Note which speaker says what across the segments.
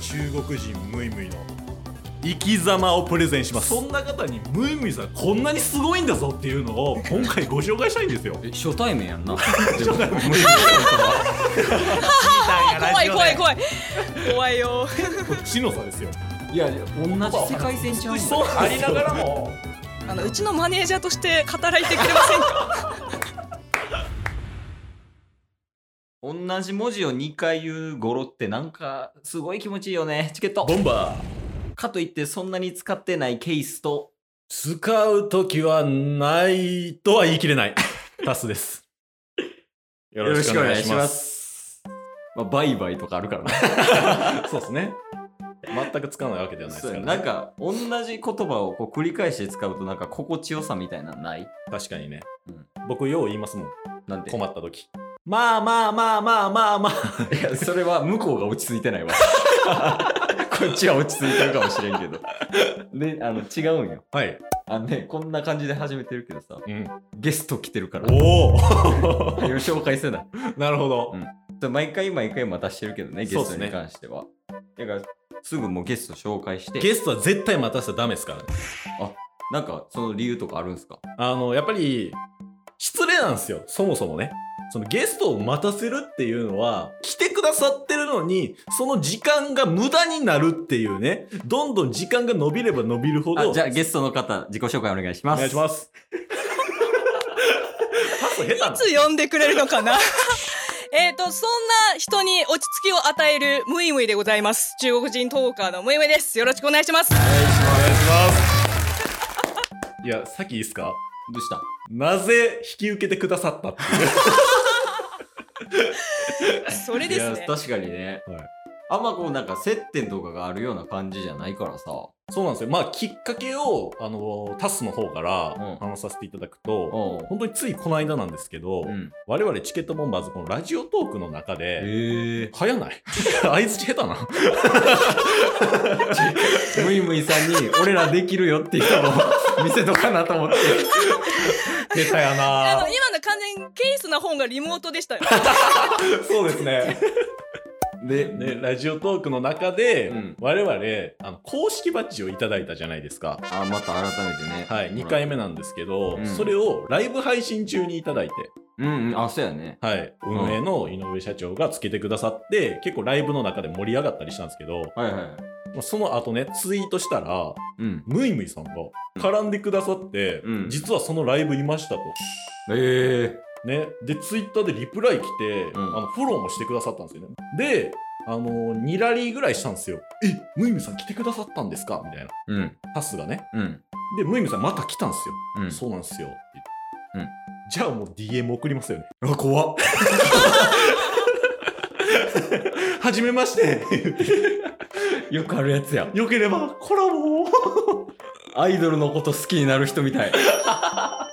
Speaker 1: 中国人ムイムイの生き様をプレゼンします
Speaker 2: そんな方にムイムイさんこんなにすごいんだぞっていうのを今回ご紹介したいん ですよ
Speaker 3: え初対面やんな
Speaker 4: 怖い怖い怖い怖いよ
Speaker 1: 死の差ですよ
Speaker 3: いやいや同じ世界線ちゃう
Speaker 2: そうありながらも
Speaker 4: あのうちのマネージャーとして働いてくれませ んか
Speaker 3: 同じ文字を2回言う語呂ってなんかすごい気持ちいいよねチケット
Speaker 2: ボンバー
Speaker 3: かといってそんなに使ってないケースと
Speaker 1: 使う時はないとは言い切れ ないタスですよ
Speaker 3: よろしくお願いしますまあ、バイバイとかあるからね
Speaker 1: そうですね全く使わないわけではないです
Speaker 3: そう
Speaker 1: から、
Speaker 3: やな
Speaker 1: ね、
Speaker 3: んか同じ言葉をこう繰り返して使うとなんか心地よさみたいなのない
Speaker 1: 確かにね、
Speaker 3: うん
Speaker 1: 僕よう言いますもん
Speaker 3: なんて
Speaker 1: 困った時まあまあまあまあまあまあ
Speaker 3: いやそれは向こうが落ち着いてない わこっちは落ち着いてるかもしれんけどであの違うんよ
Speaker 1: はい、
Speaker 3: あのねこんな感じで始めてるけどさ
Speaker 1: うん、
Speaker 3: ゲスト来てるから
Speaker 1: おお
Speaker 3: 早く紹介せな
Speaker 1: なるほど、
Speaker 3: うんそう毎回毎回待たしてるけどねゲ
Speaker 1: そうっ
Speaker 3: ス
Speaker 1: す
Speaker 3: ト
Speaker 1: ね
Speaker 3: に関しては、だからすぐもうゲスト紹介して
Speaker 1: ゲストは絶対待たせたらダメですからね
Speaker 3: なんかその理由とかあるんですか
Speaker 1: あのやっぱり失礼なんですよそもそもねそのゲストを待たせるっていうのは来てくださってるのにその時間が無駄になるっていうねどんどん時間が伸びれば伸びるほど
Speaker 3: あじゃあゲストの方自己紹介お願いしま
Speaker 1: お
Speaker 3: す
Speaker 1: 願いし ます。パス下手ない
Speaker 4: つ呼んでくれるのかな えっと、そんな人に落ち着きを与えるムイムイでございます。中国人トーカーのムイムイです。よろしくお願いします。
Speaker 1: いや、さっきいいっすか
Speaker 3: どうした
Speaker 1: なぜ引き受けてくださったってい
Speaker 4: それです
Speaker 3: いや
Speaker 4: ね。
Speaker 3: 確かにね、
Speaker 1: はい
Speaker 3: あんまこうなんか接点とかがあるような感じじゃないからさ
Speaker 1: うそうなんですよ。まあ、きっかけを、あの、タスの方から
Speaker 3: うん
Speaker 1: 話させていただく
Speaker 3: う
Speaker 1: と、
Speaker 3: ん
Speaker 1: 本当についこの間なんですけど、
Speaker 3: うん
Speaker 1: 我々チケットボンバーズこのラジオトークの中
Speaker 3: え
Speaker 1: で、
Speaker 3: ー、
Speaker 1: 早ない 相槌下手 な
Speaker 3: むいむいさんに俺らできるよっていうのを 見せとかなと思って
Speaker 1: 下手や
Speaker 4: あ
Speaker 1: な
Speaker 4: の、今の完全にケースな方がリモートでした よ。
Speaker 1: そうですね。
Speaker 3: で、
Speaker 1: ね、ラジオトークの中で、
Speaker 3: うん
Speaker 1: 我々、あの、公式バッジをいただいたじゃないですか。
Speaker 3: あまた改めてね
Speaker 1: はい、2回目なんですけど、
Speaker 3: うん
Speaker 1: それをライブ配信中にいただいて、
Speaker 3: うんうんあそうやね
Speaker 1: はい、
Speaker 3: ん
Speaker 1: 運営の井上社長がつけてくださって、結構ライブの中で盛り上がったりしたんですけど、
Speaker 3: はいはい
Speaker 1: まあその後ね、ツイートしたら、
Speaker 3: うん
Speaker 1: ムイムイさんが絡んでくださって、
Speaker 3: うん
Speaker 1: 実はそのライブいましたと。
Speaker 3: ええ
Speaker 1: ね、で、ツイッターでリプライ来て、
Speaker 3: ん
Speaker 1: あのフォローもしてくださったんですよね。で、あの2ラリーぐらいしたんですよ。え、ムイムイさん来てくださったんですかみたいな。
Speaker 3: うん
Speaker 1: タスがね。
Speaker 3: うん
Speaker 1: で、ムイムイさんまた来たんですよ。
Speaker 3: うん
Speaker 1: そうなんですよって言って。
Speaker 3: うん
Speaker 1: じゃあもう DM 送りますよね。 あ、怖っ。はじめまして。
Speaker 3: よくあるやつや
Speaker 1: よければコラボを。
Speaker 3: アイドルのこと好きになる人み たいまあ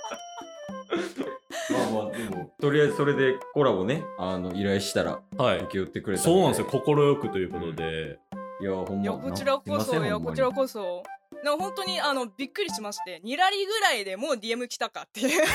Speaker 3: まあでもとりあえずそれでコラボねあの依頼したら
Speaker 1: は
Speaker 3: 受。け負ってくれた
Speaker 1: そうなんですよ。
Speaker 3: よ
Speaker 1: 快くということで。
Speaker 3: いやほんま
Speaker 4: いや、こちらこそ、いや、こちら
Speaker 3: こ
Speaker 4: こそ。なんか本当に、あの、びっくりしまして、2ラリーぐらいでもう DM 来たかっていう。いや、
Speaker 1: で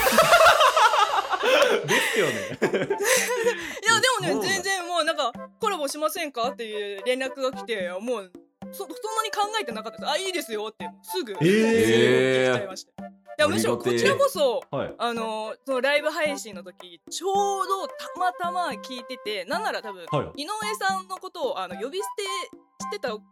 Speaker 1: すよね。
Speaker 4: でも
Speaker 3: そう
Speaker 4: ね、
Speaker 3: だ
Speaker 4: 全然もうなんか、コラボしませんかっていう連絡が来て、もう、そ、そんなに考えてなかったです。あ、いいですよって、すぐ、
Speaker 1: え
Speaker 3: ー
Speaker 4: 来ちゃいました。いや、むしろこちらこそ、
Speaker 1: はい。
Speaker 4: あのそのライブ配信の時ちょうどたまたま聞いててなんなら多分、
Speaker 1: は
Speaker 4: 井上さんのことをあの呼び捨てしてたその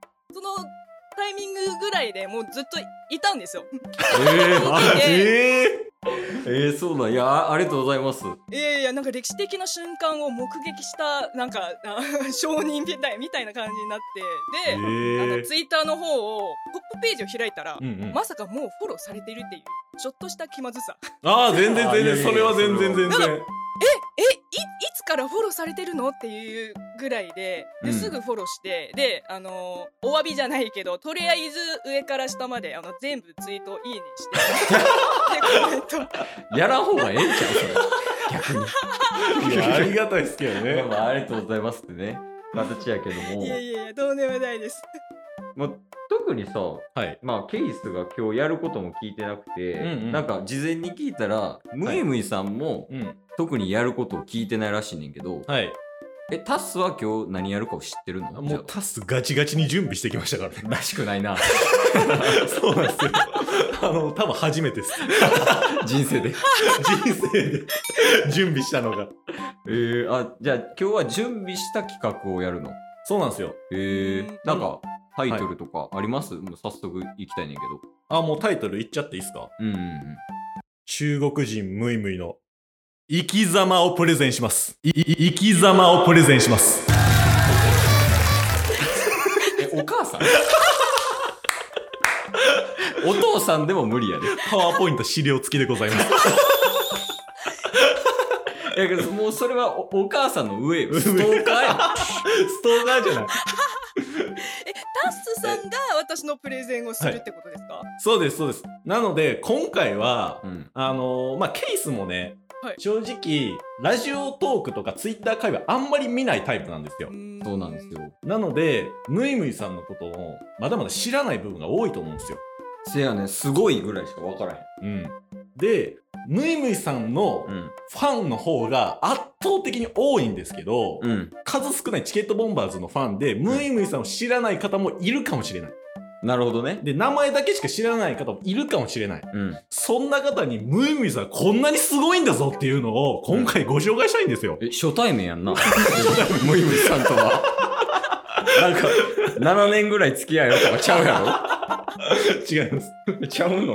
Speaker 4: タイミングぐらいでもうずっといたんですよ。
Speaker 1: えー、あえ
Speaker 3: えー、そうだいやあありがとうございます
Speaker 4: いやいやなんか歴史的な瞬間を目撃したなんかあ 証人みたいみたいな感じになってで、あ
Speaker 1: ー
Speaker 4: のツイッターの方をトップページを開いたら、
Speaker 1: うんうん、
Speaker 4: まさかもうフォローされてるっていうちょっとした気まずさ。
Speaker 1: ああ全然
Speaker 3: あ
Speaker 1: 全
Speaker 3: いやい
Speaker 1: 然
Speaker 3: やいや
Speaker 1: それは全然
Speaker 3: それ
Speaker 1: 全
Speaker 4: は
Speaker 1: 然
Speaker 4: えいいつからフォローされてるのっていうぐらいで
Speaker 3: う
Speaker 4: で
Speaker 3: ん
Speaker 4: すぐフォローして、であのーお詫びじゃないけどとりあえず上から下まであの全部ツイートいいね してでコメント
Speaker 3: やらん方がええんちゃう
Speaker 1: いやありがたいですけど
Speaker 3: それ
Speaker 1: ね
Speaker 3: まあありがとうございますってね形やけども
Speaker 4: いやいやいやどうでもないです
Speaker 3: まあ、特にさ
Speaker 1: はい
Speaker 3: まあケイスが今日やることも聞いてなくて、
Speaker 1: うんうん
Speaker 3: なんか事前に聞いたらムイムイさんも
Speaker 1: うん
Speaker 3: 特にやることを聞いてないらしいねんけど、
Speaker 1: はい
Speaker 3: え、タッスは今日何やるかを知ってるの
Speaker 1: もうタスガチガチに準備してきましたからね
Speaker 3: じゃあらしくない な。
Speaker 1: そうなんですよ。 あの、多分初めて です。
Speaker 3: 人生で。
Speaker 1: 人生で準備したのが。
Speaker 3: えー、あ、じゃあ今日は準備した企画をやるの。
Speaker 1: そうなんですよ。
Speaker 3: え
Speaker 4: うん
Speaker 3: ー、なんか、タイトルとかあります、もう早速行きたいねんけど。
Speaker 1: あ、もうタイトル言っちゃっていいですか
Speaker 3: うんうんうん。
Speaker 1: 中国人ムイムイの生き様をプレゼンします。いい生き様をプレゼンします。
Speaker 3: え、お母 さんお父さんでも無理やで。
Speaker 1: パワーポイント資料付きでございます。
Speaker 3: え、けどもうそれはおお母さんの上よ。ストーカー や。
Speaker 1: ストーカーじゃない。
Speaker 4: タッスさんが私のプレゼンをするってことですか、
Speaker 1: そうです、そうです。なので、今回は、
Speaker 3: うん。
Speaker 1: あのーまあ、ケースもね、
Speaker 4: はい
Speaker 1: 正直、ラジオトークとかツイッター会話あんまり見ないタイプなんですよ。
Speaker 4: ー
Speaker 3: そうなんです。よ。
Speaker 1: なので、ムイムイさんのことをまだまだ知らない部分が多いと思うんですよ。
Speaker 3: せやね、すごいぐらいしか分からへん。
Speaker 1: うん。で、ムイムイさんの
Speaker 3: うん。
Speaker 1: ファンの方が圧倒的に多いんですけど、
Speaker 3: うん。
Speaker 1: 数少ないチケットボンバーズのファンで、ムイムイさんを知らない方もいるかもしれない。
Speaker 3: なるほどね。
Speaker 1: で、名前だけしか知らない方もいるかもしれない。
Speaker 3: うん。
Speaker 1: そんな方に、ムイムイさんこんなにすごいんだぞっていうのを、今回ご紹介したいんですよ。
Speaker 3: え、初対面やん な。ムイムイさんとは。なんか、7年ぐらい付き合いよとかちゃうや
Speaker 1: 違います。
Speaker 3: ろ ちゃうの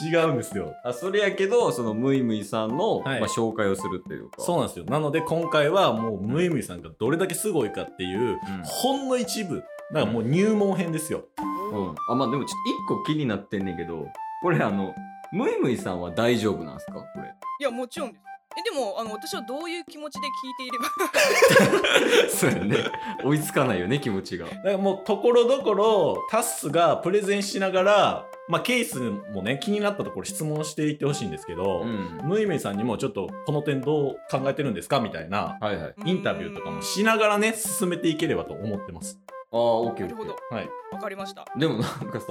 Speaker 1: 違うんですよ。
Speaker 3: あ、それやけど、そのムイムイさんの、
Speaker 1: はい
Speaker 3: まあ、紹介をするっていうか。。
Speaker 1: そううなんですよ。なので今回はもうムイムイさんがどれだけすごいかっていう、
Speaker 3: うん
Speaker 1: ほんの一部。だからもう入門編ですよ。
Speaker 3: うん。あ、まあでもちょっと1個気になってんねんけど、これあの、ムイムイさんは大丈夫なんすかこれ。
Speaker 4: いや、もちろんです。え、でも、あの、私はどういう気持ちで聞いていれ ば。
Speaker 3: そうやね。追いつかないよね、気持ちが。
Speaker 1: だからもうところどころタッスがプレゼンしながら、まあケースもね、気になったところ質問していってほしいんですけど、
Speaker 3: ん。
Speaker 1: ムイムイさんにもちょっとこの点どう考えてるんですかみたいな
Speaker 3: はいはい。あ
Speaker 1: インタビューとかもしながらね、進めていければと思ってます。
Speaker 3: あ、オッケ
Speaker 4: な
Speaker 3: ー
Speaker 4: る
Speaker 3: オ
Speaker 4: ほ
Speaker 3: ッケ
Speaker 4: ど。
Speaker 1: はい。
Speaker 4: わかりました。
Speaker 3: ー。でもなんかさ、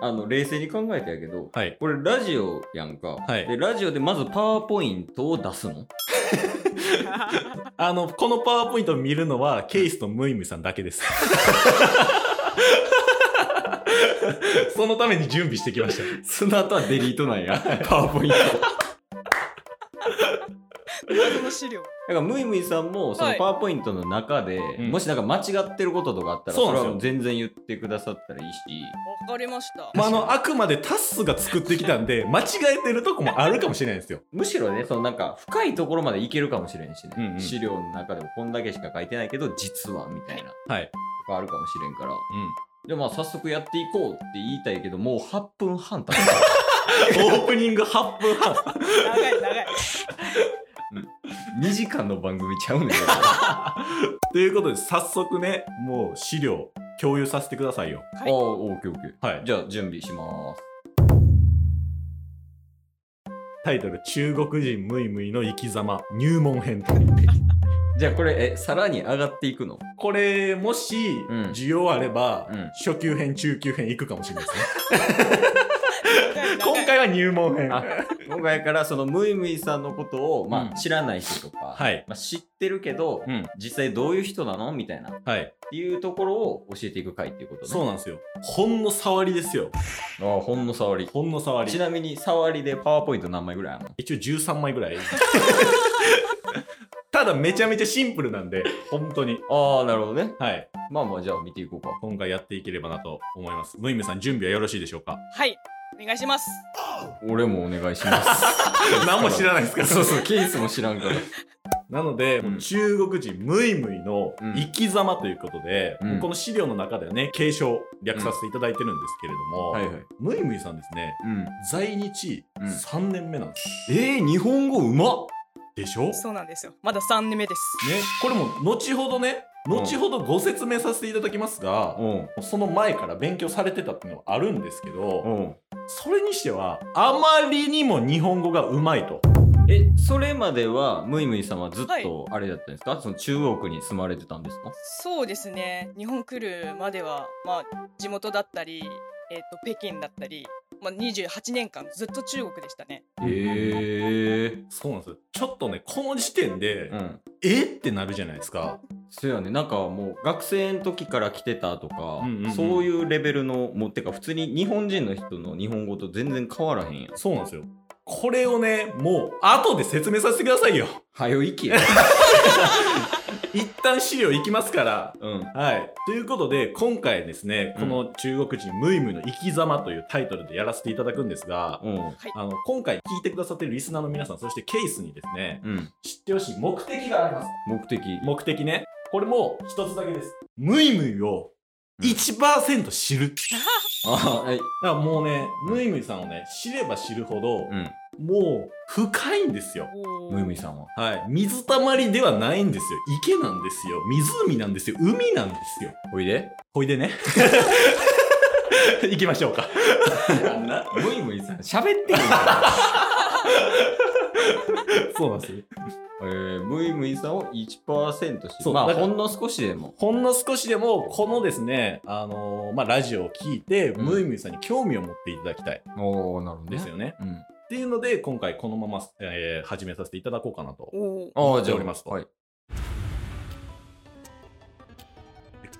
Speaker 3: あの、冷静に考えてやけど、
Speaker 1: はい。
Speaker 3: これラジオやんか。
Speaker 1: はい
Speaker 3: で、ラジオでまずパワーポイントを出すの
Speaker 1: あの、このパワーポイントを見るのは、ケースとムイムイさんだけです。そのために準備してきました。
Speaker 3: その後はデリートな んや。パワーポイント。だか
Speaker 4: 謎の資料。
Speaker 3: ら、ムイムイさんも、そ
Speaker 4: は
Speaker 3: の
Speaker 4: い
Speaker 3: パワーポイントの中で、
Speaker 1: うん
Speaker 3: もしなんか間違ってることとかあったら、
Speaker 1: そう
Speaker 3: そ
Speaker 1: なん
Speaker 3: れ
Speaker 1: ですよ
Speaker 3: は全然言ってくださったらいいし。
Speaker 4: わかりました。
Speaker 1: まあ、あの、あくまでタッスが作ってきたんで、間違えてるとこもあるかもしれないですよ。
Speaker 3: むしろね、そのなんか、深いところまでいけるかもしれんしね。
Speaker 1: うんうん
Speaker 3: 資料の中でもこんだけしか書いてないけど、実は、みたいな。
Speaker 1: はい。
Speaker 3: とかあるかもしれんから。で、まあ、早速やっていこうって言いたいけど、もう8分半経った。
Speaker 1: オープニング8分半。
Speaker 4: 長い長い。
Speaker 3: 2時間の番組ちゃうねんだか
Speaker 1: ということで、早速ね、もう資料、共有させてくださいよ。
Speaker 3: ら。ああ、オッケーオッケー。
Speaker 1: はい。
Speaker 3: じゃあ、準備します。
Speaker 1: タイトル、中国人ムイムイの生き様、入門編。
Speaker 3: じゃあこれえさらに上がっていくの
Speaker 1: これ、もし
Speaker 3: うん、
Speaker 1: 需要あれば、
Speaker 3: うん
Speaker 1: 初級編、中級編いくかもしれないですね。
Speaker 4: 長い長い
Speaker 1: 今回は入門編。
Speaker 3: あ今回からそのムイムイさんのことを、まあ
Speaker 1: うん
Speaker 3: 知らない人とか、
Speaker 1: はい
Speaker 3: まあ、知ってるけど、
Speaker 1: うん
Speaker 3: 実際どういう人なのみたいなっ
Speaker 1: はい。
Speaker 3: ていうところを教えていく回っていうことね
Speaker 1: そうなんですよ。ほんの触りですよ。
Speaker 3: ああほんの触り
Speaker 1: ほんの触
Speaker 3: ち
Speaker 1: り。
Speaker 3: なみに触りでパワーポイント何枚ぐらいあるの
Speaker 1: 一応13枚ぐらい。 ただめちゃめちゃシンプルなんで、本当に。
Speaker 3: ああなるほどね
Speaker 1: はい。
Speaker 3: まあまあじゃあ見ていこうか
Speaker 1: 今回やっていければなと思います。ムイムさん、準備はよろしいでしょう か
Speaker 4: はい。お願いします。
Speaker 3: 俺もお願いします
Speaker 1: 何も知らないですから。
Speaker 3: そうそうケースも知らんから
Speaker 1: なので、
Speaker 3: うん
Speaker 1: 中国人ムイムイの
Speaker 3: うん
Speaker 1: 生き様ということで、
Speaker 3: うん
Speaker 1: この資料の中ではね、継承、略させていただいてるんですけれども、
Speaker 3: はいはい
Speaker 1: ムイムイさんですね、
Speaker 3: うん
Speaker 1: 在日
Speaker 3: うん
Speaker 1: 3年目なんです。
Speaker 3: えー、日本語うまっ
Speaker 1: でしょね、
Speaker 4: そうなんですよ。まだ三年目です。
Speaker 1: これも後ほどね、
Speaker 3: うん
Speaker 1: 後ほどご説明させていただきますが、
Speaker 3: うん
Speaker 1: その前から勉強されてたっていうのはあるんですけど、
Speaker 3: うん
Speaker 1: それにしては、あまりにも日本語がうまいと。
Speaker 3: えそれまではムイムイさんはずっ
Speaker 4: はい
Speaker 3: とあれだったんですか、その中国に住まれてたんですか
Speaker 4: そうですね。日本来るまでは、まあ、地元だったり、えっ、と、北京だったり、まあ、28年間ずっと中国でしたね。
Speaker 3: へえ。
Speaker 1: そうなんですよちょっとねこの時点で、
Speaker 3: うん。
Speaker 1: えってなるじゃないですか
Speaker 3: そうやね。なんかもう学生の時から来てたとか、
Speaker 1: うんうんうん
Speaker 3: そういうレベルの、もうてか普通に日本人の人の日本語と全然変わらへんやん。
Speaker 1: そうなんですよこれをねもう後で説明させてくださいよ
Speaker 3: はよ行きや。
Speaker 1: 一旦資料いきますから
Speaker 3: うん。
Speaker 1: はい。ということで、今回ですね、
Speaker 3: うん
Speaker 1: この中国人ムイムイの生き様というタイトルでやらせていただくんですが、
Speaker 3: うん。
Speaker 1: あの、今回聞いてくださってるリスナーの皆さん、そしてケースにですね、
Speaker 3: うん。
Speaker 1: 知ってほしい目的があります。
Speaker 3: 目的。
Speaker 1: 目的ね。これも一つだけです。ムイムイを1%知る。
Speaker 3: あ、はい。
Speaker 1: だからもうね、ムイムイさんをね、知れば知るほど、
Speaker 3: うん。
Speaker 1: もう深いんですよ。
Speaker 3: ムイムイさんは。
Speaker 1: はい。水たまりではないんですよ。池なんですよ。湖なんですよ。海なんですよ。
Speaker 3: おいで。
Speaker 1: ほいでね。 行きましょうか。
Speaker 3: ムイムイさん。喋ってる
Speaker 1: そうなんですよ。
Speaker 3: えー、ムイムイさんを1%知
Speaker 1: そ
Speaker 3: る。
Speaker 1: う
Speaker 3: まあ、
Speaker 1: だから
Speaker 3: ほんの少しでも。
Speaker 1: ほんの少しでも、このですね、あのーまあ、ラジオを聞いて、
Speaker 3: うん
Speaker 1: ムイムイさんに興味を持っていただきたい
Speaker 3: おおなるほ
Speaker 1: ん
Speaker 3: ど
Speaker 1: ですよね。っていうので、今回このまま、えー始めさせていただこうかなと。
Speaker 4: おー
Speaker 3: うん。あ
Speaker 1: 思
Speaker 3: あ、
Speaker 1: って
Speaker 3: じゃあ、
Speaker 1: おりますと
Speaker 3: はい。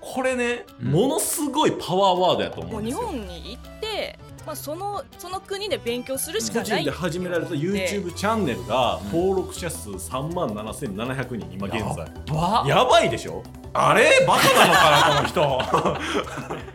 Speaker 1: これね、
Speaker 3: うん
Speaker 1: ものすごいパワーワードやと思
Speaker 4: も
Speaker 1: う
Speaker 4: うん
Speaker 1: で
Speaker 4: 日
Speaker 1: すよ。
Speaker 4: 本に行って、まあ、そのその国で勉強するし
Speaker 1: 個
Speaker 4: かな
Speaker 1: 人
Speaker 4: い
Speaker 1: で始められた YouTube チャンネルが登録者数3万7700人、今現在。
Speaker 3: ば
Speaker 1: やばいでしょ
Speaker 2: あれバカなのかな、この人。